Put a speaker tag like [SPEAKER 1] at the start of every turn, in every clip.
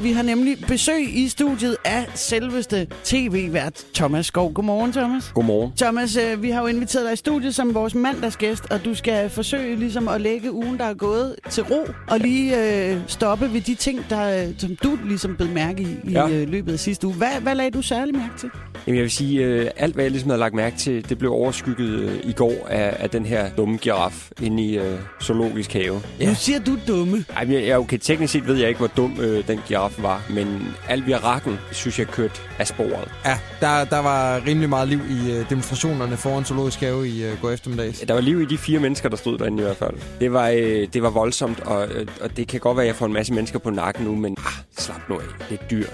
[SPEAKER 1] Vi har nemlig besøg i studiet af selveste tv-vært Thomas Skov. Godmorgen, Thomas.
[SPEAKER 2] Godmorgen.
[SPEAKER 1] Thomas, øh, vi har jo inviteret dig i studiet som vores mandagsgæst, og du skal forsøge ligesom at lægge ugen, der er gået, til ro, og lige øh, stoppe ved de ting, der, øh, som du ligesom blev mærke i, i
[SPEAKER 2] Ja.
[SPEAKER 1] øh, løbet af sidste uge. Hvad, hvad lagde du særlig mærke til?
[SPEAKER 2] Jamen, jeg vil sige, øh, alt hvad jeg ligesom havde lagt mærke til, det blev overskygget øh, i går af, af den her dumme giraf inde i øh, zoologisk have.
[SPEAKER 1] Nu siger du dumme.
[SPEAKER 2] Ej, men jeg, jeg- okay, teknisk set ved jeg ikke, hvor dum øh, den giraf var, men alt virakken, synes jeg, kørte af sporet.
[SPEAKER 3] Ja, der, der var rimelig meget liv i øh, demonstrationerne foran Zoologisk Have i øh, går eftermiddags.
[SPEAKER 2] Der var liv i de fire mennesker, der stod derinde i hvert fald. Det var, øh, det var voldsomt, og, øh, og det kan godt være, at jeg får en masse mennesker på nakken nu, men ah, slap nu af. Det er et dyr.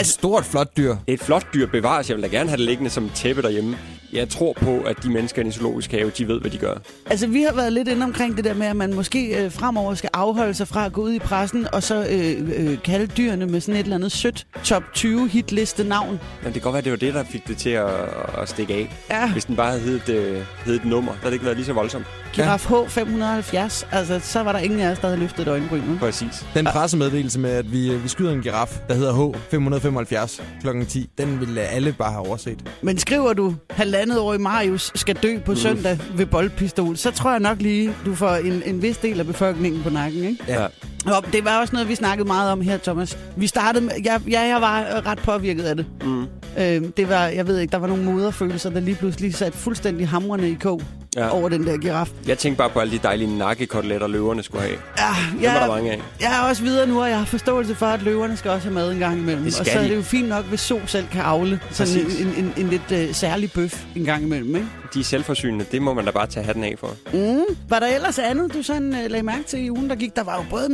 [SPEAKER 3] Et stort, flot dyr.
[SPEAKER 2] Det er et flot dyr bevares. Jeg vil da gerne have det liggende som et tæppe derhjemme. Jeg tror på, at de mennesker i en zoologisk have, de ved, hvad de gør.
[SPEAKER 1] Altså, vi har været lidt inde omkring det der med, at man måske øh, fremover skal afholde sig fra at gå ud i pressen, og så øh, øh, kalde dyrene med sådan et eller andet sødt top 20 hitliste navn.
[SPEAKER 2] Jamen, det kan godt være, at det var det, der fik det til at, at stikke af.
[SPEAKER 1] Ja.
[SPEAKER 2] Hvis den bare havde heddet, øh, heddet et nummer, der havde det ikke været lige så voldsomt.
[SPEAKER 1] Giraf H570, altså så var der ingen af os, der havde løftet et øjenbryn.
[SPEAKER 2] Præcis.
[SPEAKER 3] Den pressemeddelelse med, at vi, øh, vi skyder en giraf, der hedder H575 kl. 10, den ville alle bare have overset.
[SPEAKER 1] Men skriver du, halvandet år i Marius skal dø
[SPEAKER 2] Mm.
[SPEAKER 1] på søndag ved boldpistol, så tror jeg nok lige, du får en, en vis del af befolkningen på nakken, ikke?
[SPEAKER 3] Ja.
[SPEAKER 1] Nå, det var også noget, vi snakkede meget om her, Thomas. Vi startede med, jeg, jeg, jeg var øh, ret påvirket af det.
[SPEAKER 2] Mm.
[SPEAKER 1] Øh, det var, jeg ved ikke, der var nogle moderfølelser, der lige pludselig satte fuldstændig hamrende i kog
[SPEAKER 2] Ja.
[SPEAKER 1] over den der giraf.
[SPEAKER 2] Jeg tænkte bare på alle de dejlige nakkekoteletter, løverne skulle have.
[SPEAKER 1] Ja,
[SPEAKER 2] Dem var der
[SPEAKER 1] Ah, jeg,
[SPEAKER 2] mange af.
[SPEAKER 1] jeg er også videre nu, og jeg har forståelse for, at løverne skal også have mad en gang imellem. Og
[SPEAKER 2] Det skal
[SPEAKER 1] så er
[SPEAKER 2] de.
[SPEAKER 1] det jo fint nok, hvis so selv kan afle sådan
[SPEAKER 2] Præcis.
[SPEAKER 1] en, en, en, en lidt øh, særlig bøf en gang imellem. Ikke?
[SPEAKER 2] De er selvforsynende. Det må man da bare tage hatten af for.
[SPEAKER 1] Mm. Var der ellers andet, du sådan øh, lagde mærke til i ugen, der gik? Der var jo både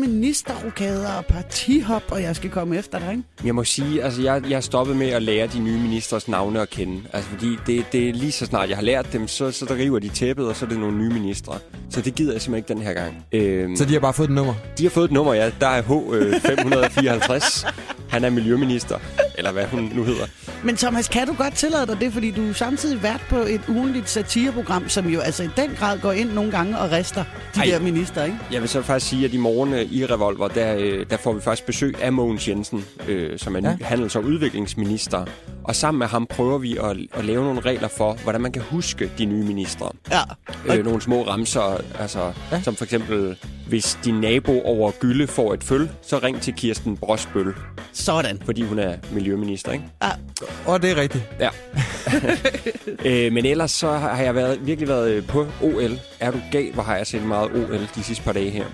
[SPEAKER 1] ministerrokader og partihop, og jeg skal komme efter dig, ikke?
[SPEAKER 2] Jeg må sige, altså jeg, jeg er stoppet med at lære de nye ministers navne at kende. Altså fordi det, det er lige så snart jeg har lært dem, så, så der river de tæppet, og så er det nogle nye ministre. Så det gider jeg simpelthen ikke den her gang. Øhm,
[SPEAKER 3] Så de har bare fået et nummer.
[SPEAKER 2] De har fået et nummer, ja. Der er øh, H554. Han er miljøminister, eller hvad hun nu hedder.
[SPEAKER 1] Men Thomas, kan du godt tillade dig det, fordi du er samtidig vært på et ugenligt satireprogram, som jo altså i den grad går ind nogle gange og rester de Ej.
[SPEAKER 2] Ej.
[SPEAKER 1] der minister, ikke?
[SPEAKER 2] Jeg vil så faktisk sige, at i morgen øh, i Revolver, der, øh, der får vi faktisk besøg af Mogens Jensen, øh, som er ny
[SPEAKER 3] Ja.
[SPEAKER 2] handels- og udviklingsminister. Og sammen med ham prøver vi at, at lave nogle regler for, hvordan man kan huske de nye ministre.
[SPEAKER 1] Ja.
[SPEAKER 2] Øh, nogle små ramser, altså,
[SPEAKER 3] Ja.
[SPEAKER 2] ja. som for eksempel, hvis din nabo over Gylde får et føl, så ring til Kirsten Brosbøl,
[SPEAKER 1] Sådan.
[SPEAKER 2] fordi hun er miljøminister, ikke?
[SPEAKER 3] Og det er rigtigt.
[SPEAKER 2] Ja. øh, men ellers så har jeg været, virkelig været øh, på OL. Er du gal, hvor har jeg set meget OL de sidste par dage her.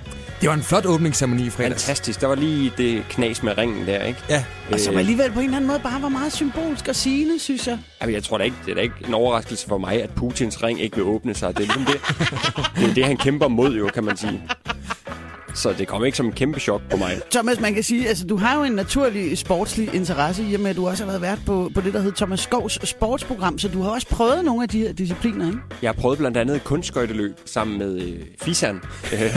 [SPEAKER 3] Det var en flot åbningsceremoni i fredags.
[SPEAKER 2] Fantastisk. Der var lige det knas med ringen der, ikke?
[SPEAKER 3] Ja,
[SPEAKER 1] Og
[SPEAKER 2] Øh.
[SPEAKER 1] som alligevel på en eller anden måde bare var meget symbolsk og sigende, synes jeg.
[SPEAKER 2] Altså, jeg tror da ikke, det er da ikke en overraskelse for mig, at Putins ring ikke vil åbne sig. Det er ligesom det, det, er det han kæmper mod, jo, kan man sige. Så det kom ikke som en kæmpe chok på mig.
[SPEAKER 1] Thomas, man kan sige, altså du har jo en naturlig sportslig interesse, i og med at du også har været vært på, på det, der hedder Thomas Skovs sportsprogram, så du har også prøvet nogle af de her discipliner, ikke?
[SPEAKER 2] Jeg har prøvet blandt andet kunstskøjteløb sammen med øh, Fisan. Øh,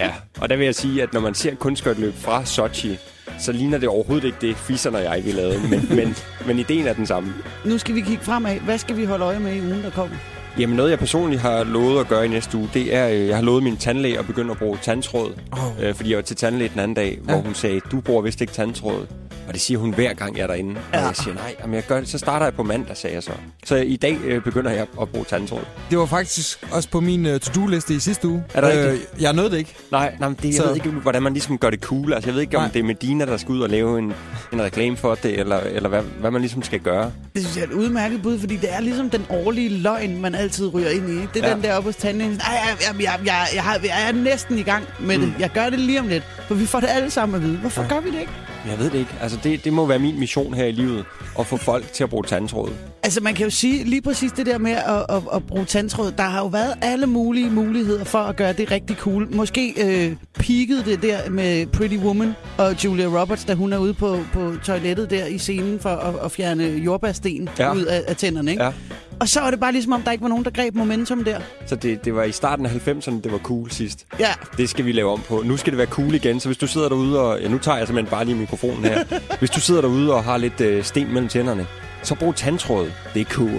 [SPEAKER 2] ja, og der vil jeg sige, at når man ser kunstskøjteløb fra Sochi, så ligner det overhovedet ikke det, Fisan og jeg vi lavede. Men, men, men ideen er den samme.
[SPEAKER 1] Nu skal vi kigge fremad. Hvad skal vi holde øje med i ugen, der kommer?
[SPEAKER 2] Jamen noget, jeg personligt har lovet at gøre i næste uge, det er, øh, jeg har lovet min tandlæge at begynde at bruge tandtråd.
[SPEAKER 3] Åh.
[SPEAKER 2] Øh, fordi jeg var til tandlæge den anden dag, hvor
[SPEAKER 3] Ja.
[SPEAKER 2] hun sagde, du bruger vist ikke tandtråd. Og det siger hun hver gang, jeg er derinde. Og
[SPEAKER 1] Ja.
[SPEAKER 2] jeg siger, nej, jamen jeg gør det. så starter jeg på mandag, sagde jeg så. Så i dag øh, begynder jeg at bruge tandtråd.
[SPEAKER 3] det var faktisk også på min øh, to-do-liste i sidste uge. Øh,
[SPEAKER 2] Er det rigtigt?
[SPEAKER 3] jeg nåede det ikke.
[SPEAKER 2] Nej, nej men det, jeg
[SPEAKER 3] Så-
[SPEAKER 2] ved ikke, hvordan man ligesom gør det cool. Altså, jeg ved ikke, om
[SPEAKER 3] Nej.
[SPEAKER 2] nej. det er Medina, der skal ud og lave en, en reklame for det, eller, eller hvad, hvad man ligesom skal gøre.
[SPEAKER 1] Det synes jeg er et udmærket bud, fordi det er ligesom den årlige løgn, man altid ryger ind i. Ikke? Det er ja.
[SPEAKER 2] Ja.
[SPEAKER 1] den der oppe hos tandlægen. Ej, jeg, jeg, jeg, jeg, jeg, har- jeg er næsten i gang med det. Jeg gør det lige om lidt, for vi får det alle sammen at vide. Hvorfor Mm. ja. gør vi det ikke?
[SPEAKER 2] Men Jeg ved det ikke. Altså, det, det må være min mission her i livet, at få folk til at bruge tandtråd.
[SPEAKER 1] Altså man kan jo sige lige præcis det der med at, at, at bruge tandtråd. Der har jo været alle mulige muligheder for at gøre det rigtig cool. Måske øh, peakede det der med Pretty Woman og Julia Roberts, da hun er ude på, på toilettet der i scenen for at, at fjerne jordbærsten ja.
[SPEAKER 2] Ja.
[SPEAKER 1] ud af, af tænderne. Ikke? Ja.
[SPEAKER 2] Ja.
[SPEAKER 1] Og så var det bare ligesom om, der ikke var nogen, der greb momentum der.
[SPEAKER 2] Så det, det var i starten af 90'erne, det var cool sidst.
[SPEAKER 1] Ja,
[SPEAKER 2] Det skal vi lave om på. Nu skal det være cool igen, så hvis du sidder derude og... Ja, nu tager jeg simpelthen bare lige mikrofonen her. hvis du sidder derude og har lidt øh, sten mellem tænderne, så brug tandtråd. Det er cool.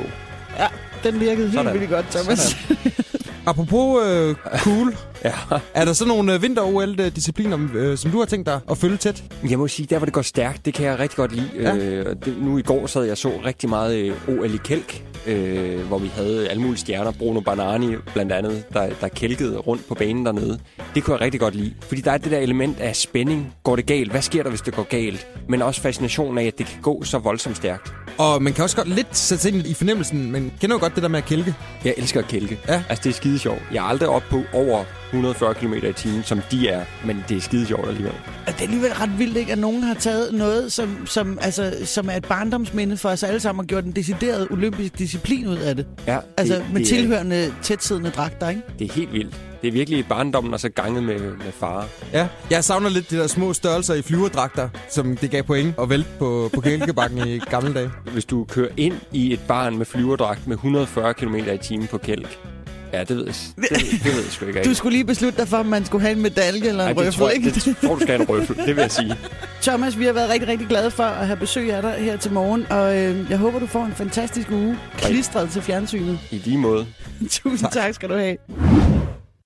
[SPEAKER 1] ja den virkede helt
[SPEAKER 2] Sådan.
[SPEAKER 1] vildt godt, Thomas.
[SPEAKER 3] Apropos øh, cool,
[SPEAKER 2] Ja.
[SPEAKER 3] Er der så nogle øh, vinter-OL-discipliner, øh, som du har tænkt dig at følge tæt?
[SPEAKER 2] Jeg må sige, der hvor det går stærkt, det kan jeg rigtig godt lide.
[SPEAKER 3] Ja.
[SPEAKER 2] Ja. Øh, og det, nu i går sad jeg og så rigtig meget øh, OL i kælk, øh, hvor vi havde alle mulige stjerner. Bruno Banani blandt andet, der, der kælkede rundt på banen dernede. Det kunne jeg rigtig godt lide. Fordi der er det der element af spænding. Går det galt? Hvad sker der, hvis det går galt? Men også fascinationen af, at det kan gå så voldsomt stærkt.
[SPEAKER 3] Og man kan også godt lidt sætte sig ind i fornemmelsen, men kender jo godt det der med at kælke.
[SPEAKER 2] Jeg elsker at kælke.
[SPEAKER 3] Ja.
[SPEAKER 2] Altså, det er skide sjovt. Jeg er aldrig oppe på over 140 km i timen, som de er. Men det er skide sjovt alligevel.
[SPEAKER 1] Og det er alligevel ret vildt, ikke? At nogen har taget noget, som, som, altså, som er et barndomsminde for os alle sammen, og gjort en decideret olympisk disciplin ud af det.
[SPEAKER 2] Ja,
[SPEAKER 1] Altså
[SPEAKER 2] det,
[SPEAKER 1] med
[SPEAKER 2] det er-
[SPEAKER 1] tilhørende tætsiddende dragter, ikke?
[SPEAKER 2] Det er helt vildt. Det er virkelig barndommen, og så ganget med, med far.
[SPEAKER 3] Ja. Jeg savner lidt de der små størrelser i flyverdragter, som det gav point og vælte på, på kælkebakken i gamle dage.
[SPEAKER 2] Hvis du kører ind i et barn med flyverdragt med 140 km i timen på kælk. Ja, det ved jeg, s- det, ved- det ved jeg sgu ikke.
[SPEAKER 1] Du
[SPEAKER 2] rigtig.
[SPEAKER 1] skulle lige beslutte dig for, om man skulle have en medalje eller en
[SPEAKER 2] Ej, det,
[SPEAKER 1] røffel,
[SPEAKER 2] tror jeg,
[SPEAKER 1] ikke?
[SPEAKER 2] det tror du skal have en røffel. Det vil jeg sige.
[SPEAKER 1] Thomas, vi har været rigtig, rigtig glade for at have besøg af dig her til morgen, og øh, jeg håber, du får en fantastisk uge klistret til fjernsynet.
[SPEAKER 2] I lige måde.
[SPEAKER 1] Tusind tak. tak skal du have.